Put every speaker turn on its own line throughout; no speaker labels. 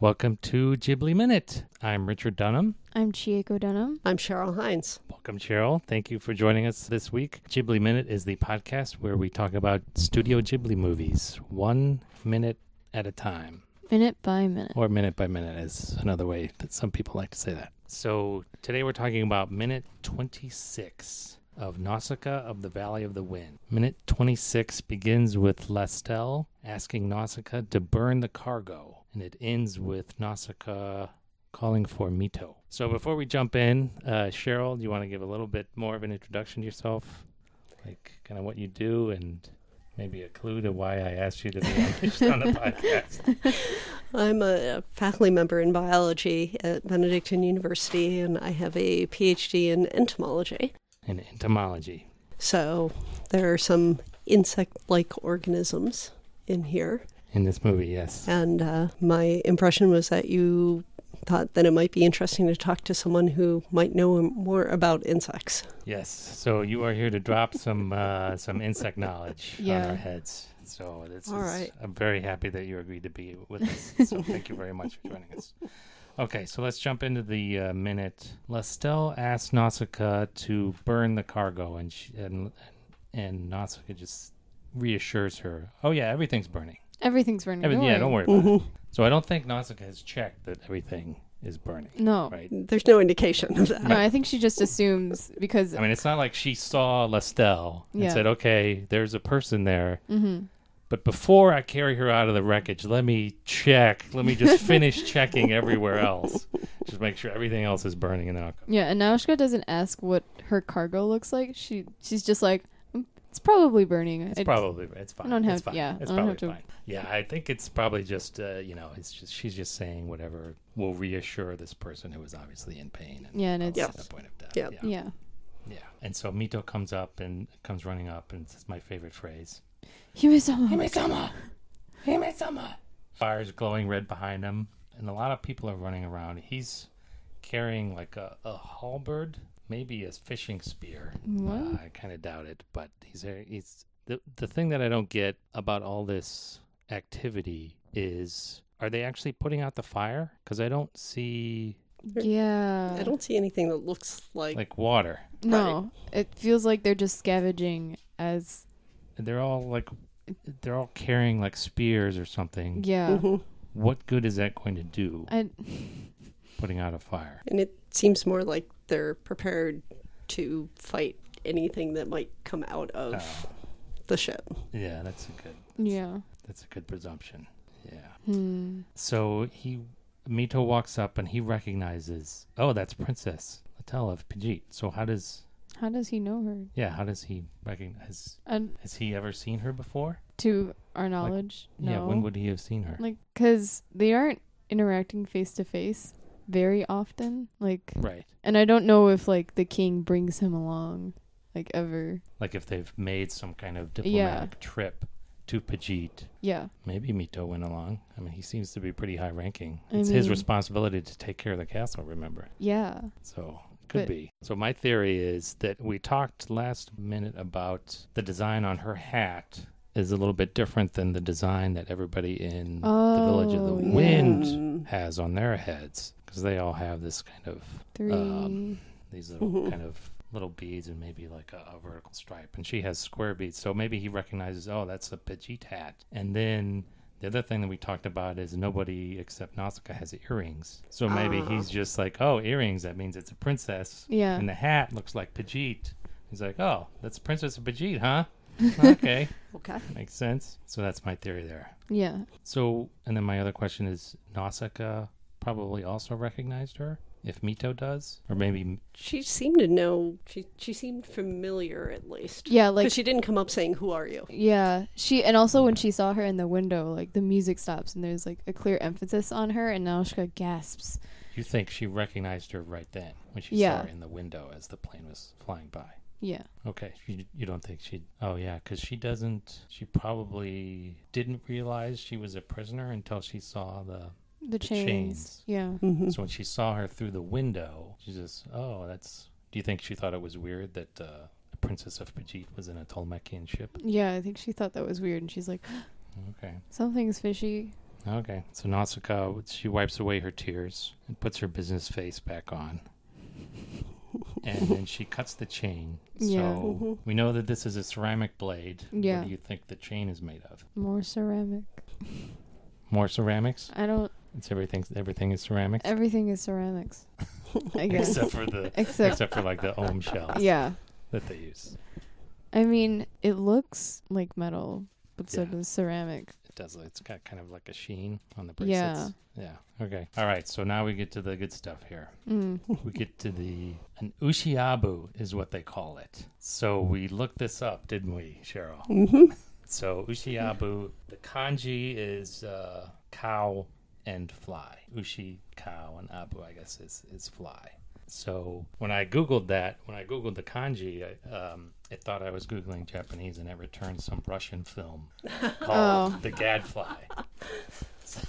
Welcome to Ghibli Minute. I'm Richard Dunham.
I'm Chieko Dunham.
I'm Cheryl Hines.
Welcome, Cheryl. Thank you for joining us this week. Ghibli Minute is the podcast where we talk about Studio Ghibli movies, one minute at a time,
Minute by minute.
or minute by minute is another way that some people like to say that. So today we're talking about minute 26 of Nausicaa of the Valley of the Wind. Minute 26 begins with Lestel asking Nausicaa to burn the cargo, and it ends with Nausicaa calling for Mito. So before we jump in, uh, Cheryl, do you want to give a little bit more of an introduction to yourself? Like kind of what you do and maybe a clue to why I asked you to be on the podcast.
I'm a a faculty member in biology at Benedictine University, and I have a PhD in entomology.
In entomology.
So there are some insect like organisms in here.
In this movie, yes.
And uh, my impression was that you thought that it might be interesting to talk to someone who might know more about insects.
Yes. So you are here to drop some uh, some insect knowledge on
Yeah.
our heads. So this
All
is.
right.
I'm very happy that you agreed to be with us. So thank you very much for joining us. Okay, so let's jump into the uh, minute. Lestel asked Nausicaa to burn the cargo, and she, and and Nausicaa just reassures her, "Oh yeah, everything's burning.
Everything's burning.
Every-
don't
yeah,
worry.
don't worry about it." So I don't think Nausicaa has checked that everything is burning,
No.
right?
There's no indication of that.
No, I think she just assumes because
I mean, it's not like she saw Lestel and
Yeah. Mm-hmm.
said, "Okay, there's a person there." But before I carry her out of the wreckage, let me check. Let me just finish checking everywhere else. Just make sure everything else is burning, and then I'll come.
yeah, and Naoshka doesn't ask what her cargo looks like. She she's just like "Mm, it's probably burning.
It's
It-
probably it's fine.
don't
it's
have-
fine.
yeah,
it's
I
probably
don't have to-
fine. Yeah, I think it's probably just uh, you know, it's just she's just saying whatever will reassure this person who is obviously in pain and
Yeah, and it's
at the point of death.
Yep.
Yeah.
yeah.
yeah. And so Mito comes up and comes running up, and it's my favorite phrase.
Himisama.
Himisama! Himisama! Fire's glowing red behind him, and a lot of people are running around. He's carrying like a, a halberd, maybe a fishing spear. Uh, I kind of doubt it, but he's he's the the thing that I don't get about all this activity is are they actually putting out the fire? Because I don't see
Yeah.
I don't see anything that looks like.
like water.
no. It feels like they're just scavenging as
They're all like they're all carrying like spears or something.
yeah.
Mhm.
What good is that going to do?
I
Putting out a fire.
And it seems more like they're prepared to fight anything that might come out of the ship.
Yeah, that's a good
yeah.
that's a good presumption. Yeah.
Hmm.
So he Mito walks up and he recognizes, oh, that's Princess Latel of Pajit. So how does
How does he know her?
yeah, how does he recognize
And
has he ever seen her before?
to our knowledge, no.
Yeah, when would he have seen her?
like because they aren't interacting face to face very often like
right.
and i don't know if like the king brings him along like ever
Like if they've made some kind of diplomatic trip to Pajit.
yeah
Maybe Mito went along. I mean, he seems to be pretty high ranking.
I
It's his
mean-
responsibility to take care of the castle, remember?
yeah
So could
But-
be. So my theory is that we talked last minute about the design on her hat is a little bit different than the design that everybody in the Village of the
Oh, yeah.
Wind has on their heads because they all have this kind of
three
these little kind of little beads and maybe like a, a vertical stripe and she has square beads so maybe he recognizes oh that's a Pajit hat and then the other thing that we talked about is nobody except Nausicaa has earrings so maybe he's just like oh earrings that means it's a princess
Yeah.
and the hat looks like Pajit he's like oh that's princess of Pajit huh okay
Okay.
makes sense so that's my theory there
yeah
so and then my other question is Nausicaa probably also recognized her if Mito does or maybe
She seemed to know. She she seemed familiar at least.
yeah
Like
like
she didn't come up saying, "Who are you?"
yeah she and also when she saw her in the window like the music stops and there's like a clear emphasis on her and naoshka gasps
You think she recognized her right then when she saw
Yeah.
her in the window as the plane was flying by?
yeah
Okay, you, you don't think she? Oh yeah, because she doesn't. She probably didn't realize she was a prisoner until she saw the.
the, chains.
chains.
yeah
Hmm. Mm-hmm.
So when she saw her through the window, she just, oh, that's. Do you think she thought it was weird that uh, the princess of Pajit was in a Tolmekian ship?
yeah i think she thought that was weird and she's like
Okay,
something's fishy
Okay. So Nausicaa, she wipes away her tears and puts her business face back on. and then she cuts the chain.
Yeah. Mm-hmm.
So we know that this is a ceramic blade.
Yeah.
What do you think the chain is made of?
More ceramic.
More ceramics?
I don't.
It's everything. Everything is ceramics.
Everything is ceramics. I guess.
Except for the
Except.
except for like the ohm shells
yeah.
that they use.
I mean, it looks like metal, but so
Yeah.
does ceramic.
It does. It's got kind of like a sheen on the
Yeah.
bracelets. Yeah. Okay. All right. So now we get to the good stuff here.
Mm.
we get to the an ushiabu is what they call it. So we looked this up, didn't we, Cheryl?
Mm-hmm.
So ushiabu, the kanji is uh, cow and fly. Ushi cow and abu, I guess, is is fly. So when I googled that, when I googled the kanji, I, um, it thought I was googling Japanese, and it returned some Russian film called
Oh.
The Gadfly.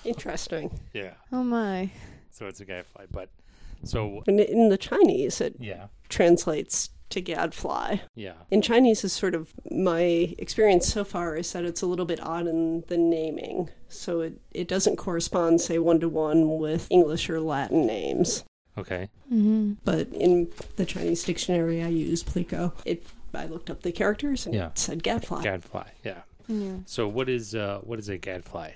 Interesting.
Yeah,
Oh my.
so it's a gadfly, but so
And in the Chinese, it
yeah,
translates to gadfly.
yeah,
In Chinese, is sort of my experience so far is that it's a little bit odd in the naming. So it, it doesn't correspond, say, one to one with English or Latin names.
okay,
Mm-hmm.
But in the Chinese dictionary I use, Plico, it I looked up the characters and
Yeah.
it said gadfly.
gadfly, yeah.
Yeah.
So what is uh, what is a gadfly?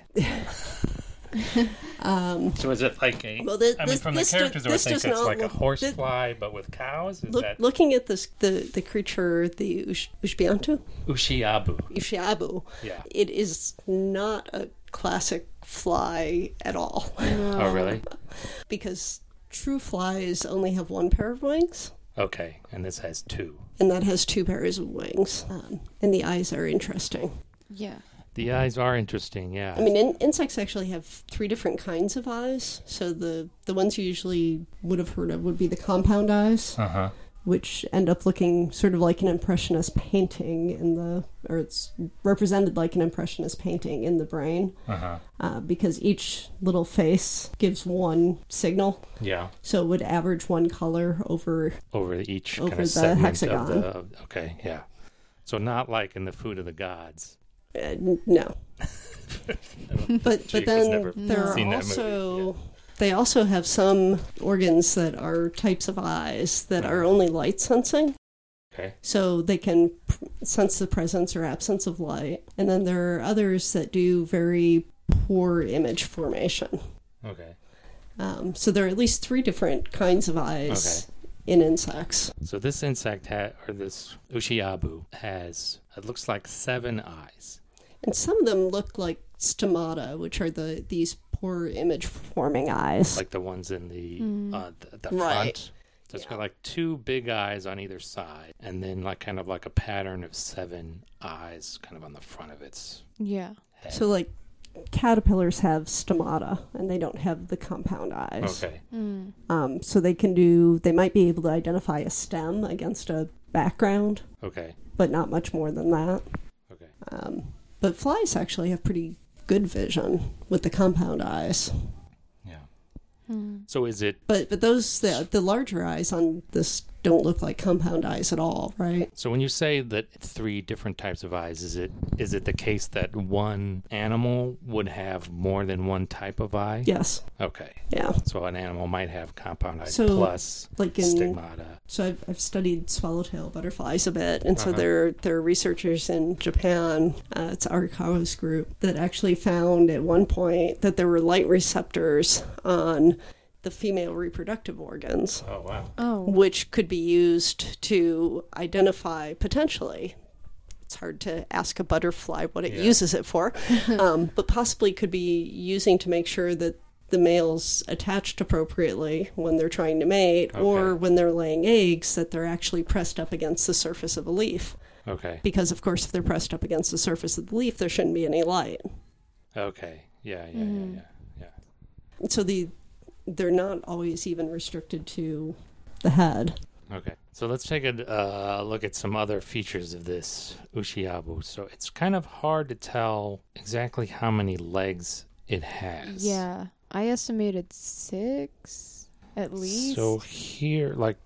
um,
So is it like a?
Well, this-
I mean,
this-
from the
this
characters,
do-
I would
this
think
does
it's
not
like a
look-
horsefly, but with cows. Is
look,
that
looking at this, the, the creature, the Ush, Ushbiantu,
ushiabu?
Ushiabu,
Yeah.
it is not a classic fly at all.
Oh, really?
because true flies only have one pair of wings,
Okay. And this has two.
and that has two pairs of wings. Um, and the eyes are interesting.
Yeah.
The eyes are interesting. Yeah.
I mean, in- insects actually have three different kinds of eyes. So the the ones you usually would have heard of would be the compound eyes,
uh huh.
which end up looking sort of like an impressionist painting in the, or it's represented like an impressionist painting in the brain,
Uh huh.
uh, because each little face gives one signal.
Yeah.
So it would average one color over
Over each
Over
kind
the
of segment
hexagon.
of the. Okay. Yeah. So not like in the food of the gods.
Uh, n- no. but
Jeez,
but
I've
then
never
there
seen
are
that movie,
also they also have some organs that are types of eyes that are only light sensing,
Okay.
so they can p- sense the presence or absence of light. And then there are others that do very poor image formation.
Okay.
Um, so there are at least three different kinds of eyes in insects.
So this insect ha- or this ushiabu has it looks like seven eyes.
And some of them look like stomata, which are the these poor image forming eyes.
like the ones in the
Mm.
Mm-hmm.
uh, th- the
Right.
front. So it's got like two big eyes on either side, and then like kind of like a pattern of seven eyes, kind of on the front of its.
Yeah.
So, like, caterpillars have stomata and they don't have the compound eyes.
Okay.
Mm.
Um, so, they can do, they might be able to identify a stem against a background,
Okay.
but not much more than that.
Okay.
Um, but flies actually have pretty good vision with the compound eyes.
Yeah.
Mm.
So is it?
But, but those, the, the larger eyes on this don't look like compound eyes at all, right?
So when you say that it's three different types of eyes, is it is it the case that one animal would have more than one type of eye?
Yes.
Okay.
Yeah.
So an animal might have compound eyes
So,
plus
Like in
stigmata.
So I've, I've studied swallowtail butterflies a bit, and so
Uh-huh.
there there are researchers in Japan. Uh, it's Arakawa's group that actually found at one point that there were light receptors on the female reproductive organs,
Oh wow.
Oh.
which could be used to identify potentially. It's hard to ask a butterfly what it
Yeah.
uses it for, um, but possibly could be using to make sure that the male's attached appropriately when they're trying to mate or
Okay.
when they're laying eggs that they're actually pressed up against the surface of a leaf.
Okay.
Because, of course, if they're pressed up against the surface of the leaf, there shouldn't be any light.
Okay. Yeah. Yeah.
Mm-hmm.
Yeah. Yeah.
So the, they're not always even restricted to the head.
Okay, so let's take a uh, look at some other features of this Ushiabu. So it's kind of hard to tell exactly how many legs it has.
Yeah. I estimated six at least.
So here, like,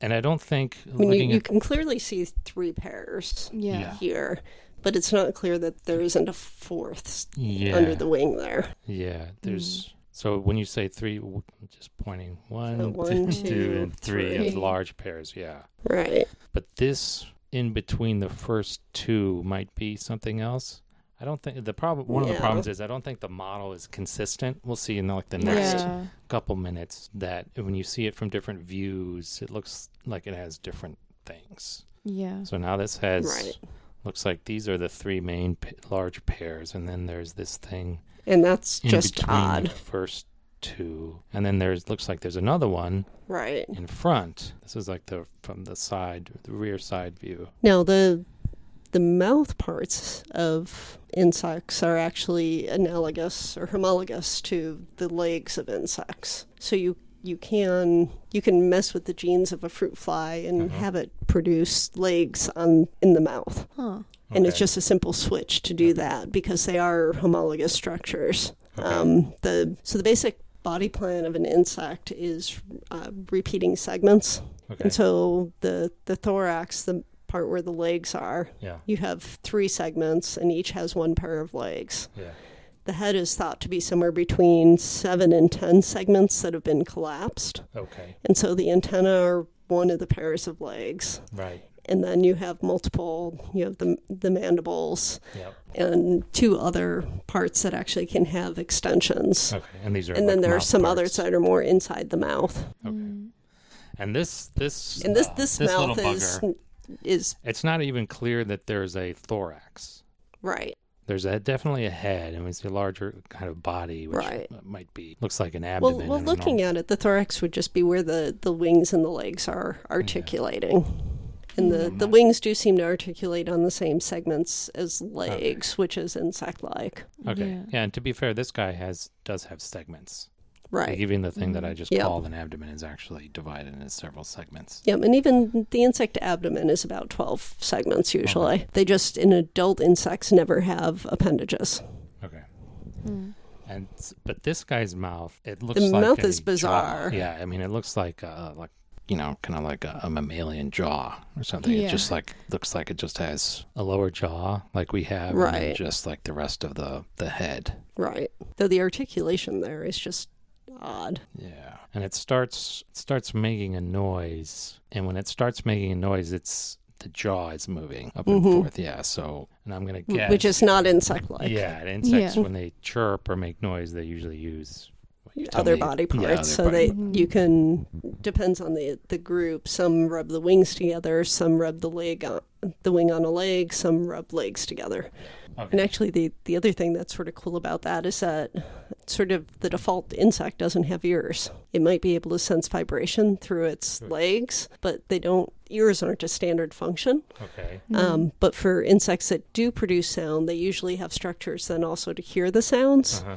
and I don't think
I mean,
looking
you, you
at
can clearly see three pairs
yeah.
Yeah.
here, but it's not clear that there isn't a fourth
Yeah.
under the Mm-hmm. wing there.
Yeah, there's so when you say three, w- I'm just pointing one,
So one,
two,
two,
and three, of
three.
large pairs. Yeah,
Right.
but this in between the first two might be something else. I don't think the problem. One of the
Yeah.
problems is I don't think the model is consistent. We'll see in like the next
Yeah.
couple minutes that when you see it from different views, it looks like it has different things.
Yeah.
So now this has
Right.
looks like these are the three main p- large pairs, and then there's this thing
And that's
in
just
between the
odd.
first two, and then there's looks like there's another one
Right.
in front. This is like the from the side, the rear side view.
Now the the mouth parts of insects are actually analogous or homologous to the legs of insects. So you you can you can mess with the genes of a fruit fly and
Mm-hmm.
have it produce legs on in the mouth.
Huh.
And
Okay.
it's
Mm-hmm.
just a simple switch to do that because they are homologous structures.
Okay.
Um, the so the basic body plan of an insect is uh, repeating segments.
Okay.
And so the the thorax, the part where the legs are,
yeah.
you have three segments and each has one pair of legs.
Yeah.
The head is thought to be somewhere between 7 and 10 segments that have been collapsed.
Okay.
And so the antenna are one of the pairs of legs.
Right.
And then you have multiple, you have the the mandibles
Yep.
and two other parts that actually can have extensions.
Okay. And these are.
And then
like
there are
mouth
some
parts.
others that are more inside the mouth.
Okay.
Mm-hmm.
And this this
And this
uh,
this,
little
mouth is
bugger.
is
It's not even clear that there's a thorax.
right.
There's a, definitely a head, and it's a larger kind of body, which
Right.
might be looks like an
Well,
abdomen.
well looking at it, the thorax would just be where the, the wings and the legs are articulating. And the,
Mm.
the wings do seem to articulate on the same segments as legs, which is insect like.
Okay.
Yeah.
Yeah. and to be fair, this guy has does have segments. Like
Right.
even the thing that I just
Yep.
called an abdomen is actually divided into several segments.
Yep, and even the insect abdomen is about 12 segments usually. They just, in adult insects, never have appendages.
Okay. And s- but this guy's mouth, it looks
The
like
mouth
a
is
jaw.
bizarre.
Yeah, I mean, it looks like uh like you know, kind of like a, a mammalian jaw or something. It
Yeah.
just like looks like it just has a lower jaw, like we have, and then
Right.
just like the rest of the the head.
Right. Though the articulation there is just odd.
Yeah. And it starts it starts making a noise. And when it starts making a noise, it's the jaw is moving up and forth. Yeah. So and I'm gonna guess
Mm-hmm. Which is not insect like.
Yeah, and insects
Yeah.
when they chirp or make noise they usually use what you tell
other
me-
body parts.
Yeah, other
so
body
they you can depends on the the group. Some rub the wings together. Some rub the leg on the wing on a leg. Some rub legs together.
Okay.
And actually, the the other thing that's sort of cool about that is that sort of the default insect doesn't have ears. It might be able to sense vibration through its legs, but they don't. Ears aren't a standard function.
Okay.
Um, but for insects that do produce sound, they usually have structures then also to hear the sounds.
Uh-huh.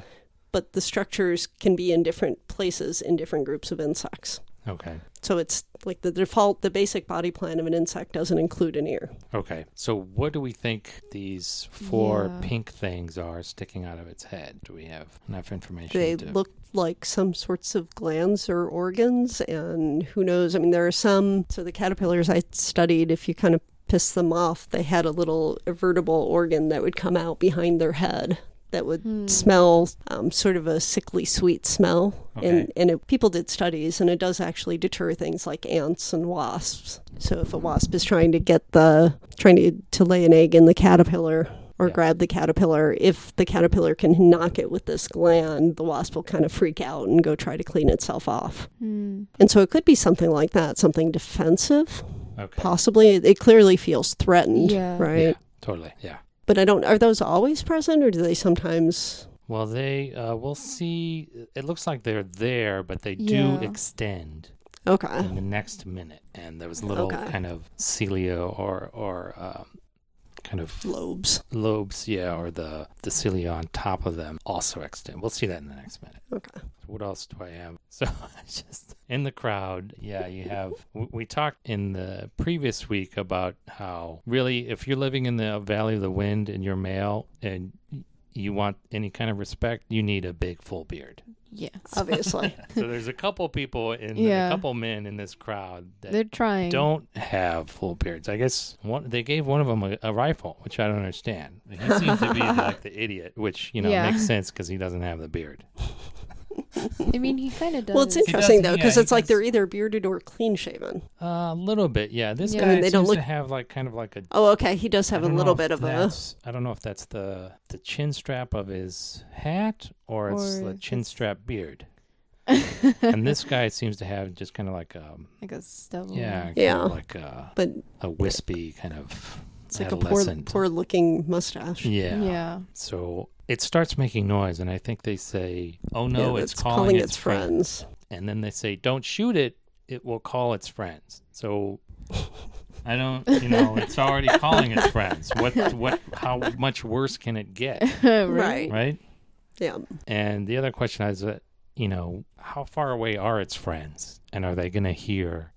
But the structures can be in different places in different groups of insects.
Okay.
So it's like the default, the basic body plan of an insect doesn't include an ear.
Okay. So what do we think these four
Yeah.
pink things are sticking out of its head? Do we have enough information?
They
to...
look like some sorts of glands or organs, and who knows? I mean, there are some. So the caterpillars I studied, if you kind of piss them off, they had a little vertebral organ that would come out behind their head that would
Mm.
smell um, sort of a sickly sweet smell. And,
Okay.
and it, people did studies, and it does actually deter things like ants and wasps. So if a wasp is trying to get the trying to, to lay an egg in the caterpillar or
Yeah.
grab the caterpillar, if the caterpillar can knock it with this gland, the wasp will kind of freak out and go try to clean itself off.
Mm.
And so it could be something like that, something defensive,
Okay.
possibly. It, it clearly feels threatened,
Yeah.
right?
Yeah. Totally. Yeah.
But I don't. Are those always present, or do they sometimes?
Well, they uh, we'll see. It looks like they're there, but they
Yeah.
do extend
Okay.
in the next minute. And there was little
Uh-huh. Okay.
kind of cilia or or um, kind of
Lobes.
lobes, yeah, or the the cilia on top of them also extend. We'll see that in the next minute.
Okay.
What else do I have? So just in the crowd, yeah, you have. w- We talked in the previous week about how really, if you're living in the Valley of the Wind and you're male and you want any kind of respect, you need a big full beard.
Yes.
obviously.
So there's a couple people in
Yeah.
a couple men in this crowd that
They're trying.
don't have full beards. I guess one they gave one of them a, a rifle, which I don't understand. He seems to be like the idiot, which you know
Yeah.
makes sense because he doesn't have the beard.
I mean, he kind of does.
well, it's
does,
interesting though
yeah,
because
he
it's like
does.
they're either bearded or clean shaven.
A little bit, yeah. This
Yeah.
guy
I mean,
they
seems
don't
to
look-
have like kind of like a
Oh, okay, he does have
I
a
don't know
little
if
bit of a.
that's- I don't know if that's the the chin strap of his hat or, it's
Or
the
if
chin
it's-
strap beard. and this guy seems to have just kind of like a
like a stubble.
yeah, kind
Mm. Yeah.
of like a,
But
a wispy kind of
it's like a poor,
adolescent.
poor looking mustache.
yeah.
Yeah.
So it starts making noise, and I think they say, "Oh
Yeah,
no,
that's
it's calling, its, friends. And then they say, "Don't shoot it; it will call its friends." So I don't, you know, it's already calling its friends. What, what, how much worse can it get,
right.
Right.
right?
Yeah.
And the other question is that you know, how far away are its friends, and are they going to hear?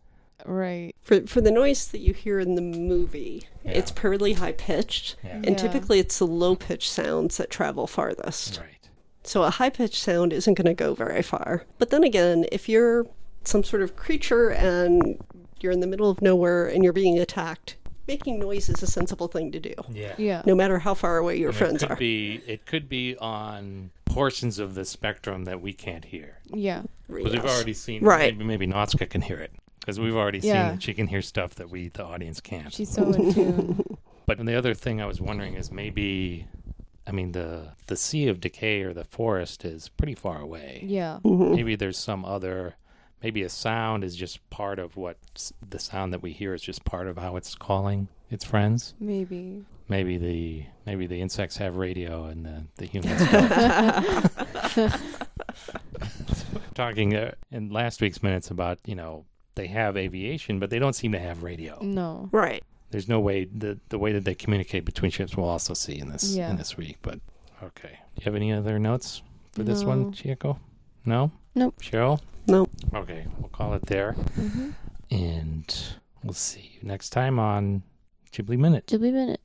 Right.
For for the noise that you hear in the movie,
Yeah.
it's pretty high pitched.
Yeah.
And
Yeah.
typically it's the low pitched sounds that travel farthest.
Right.
So a high pitched sound isn't going to go very far. But then again, if you're some sort of creature and you're in the middle of nowhere and you're being attacked, making noise is a sensible thing to do,
Yeah.
Yeah.
no matter how far away your
And
friends
it could
are.
be it could be on portions of the spectrum that we can't hear.
Yeah.
Because we've
Yes.
already seen,
Right.
Maybe, maybe Natsuka can hear it because we've already
Yeah.
seen that she can hear stuff that we, the audience, can't.
She's so in tune.
but the other thing I was wondering is maybe, I mean, the the Sea of Decay or the forest is pretty far away.
Yeah.
Mm-hmm.
Maybe there's some other, maybe a sound is just part of what s- the sound that we hear is just part of how it's calling its friends.
Maybe.
Maybe the maybe the insects have radio and the the humans. don't. talking uh, in last week's minutes about you know they have aviation but they don't seem to have radio
No.
Right.
there's no way the the way that they communicate between ships we'll also see in this
Yeah.
in this week but okay do you have any other notes for this
No.
one chieko no
Nope.
cheryl
Nope.
okay we'll call it there
Mhm.
and we'll see you next time on ghibli minute
Ghibli minute.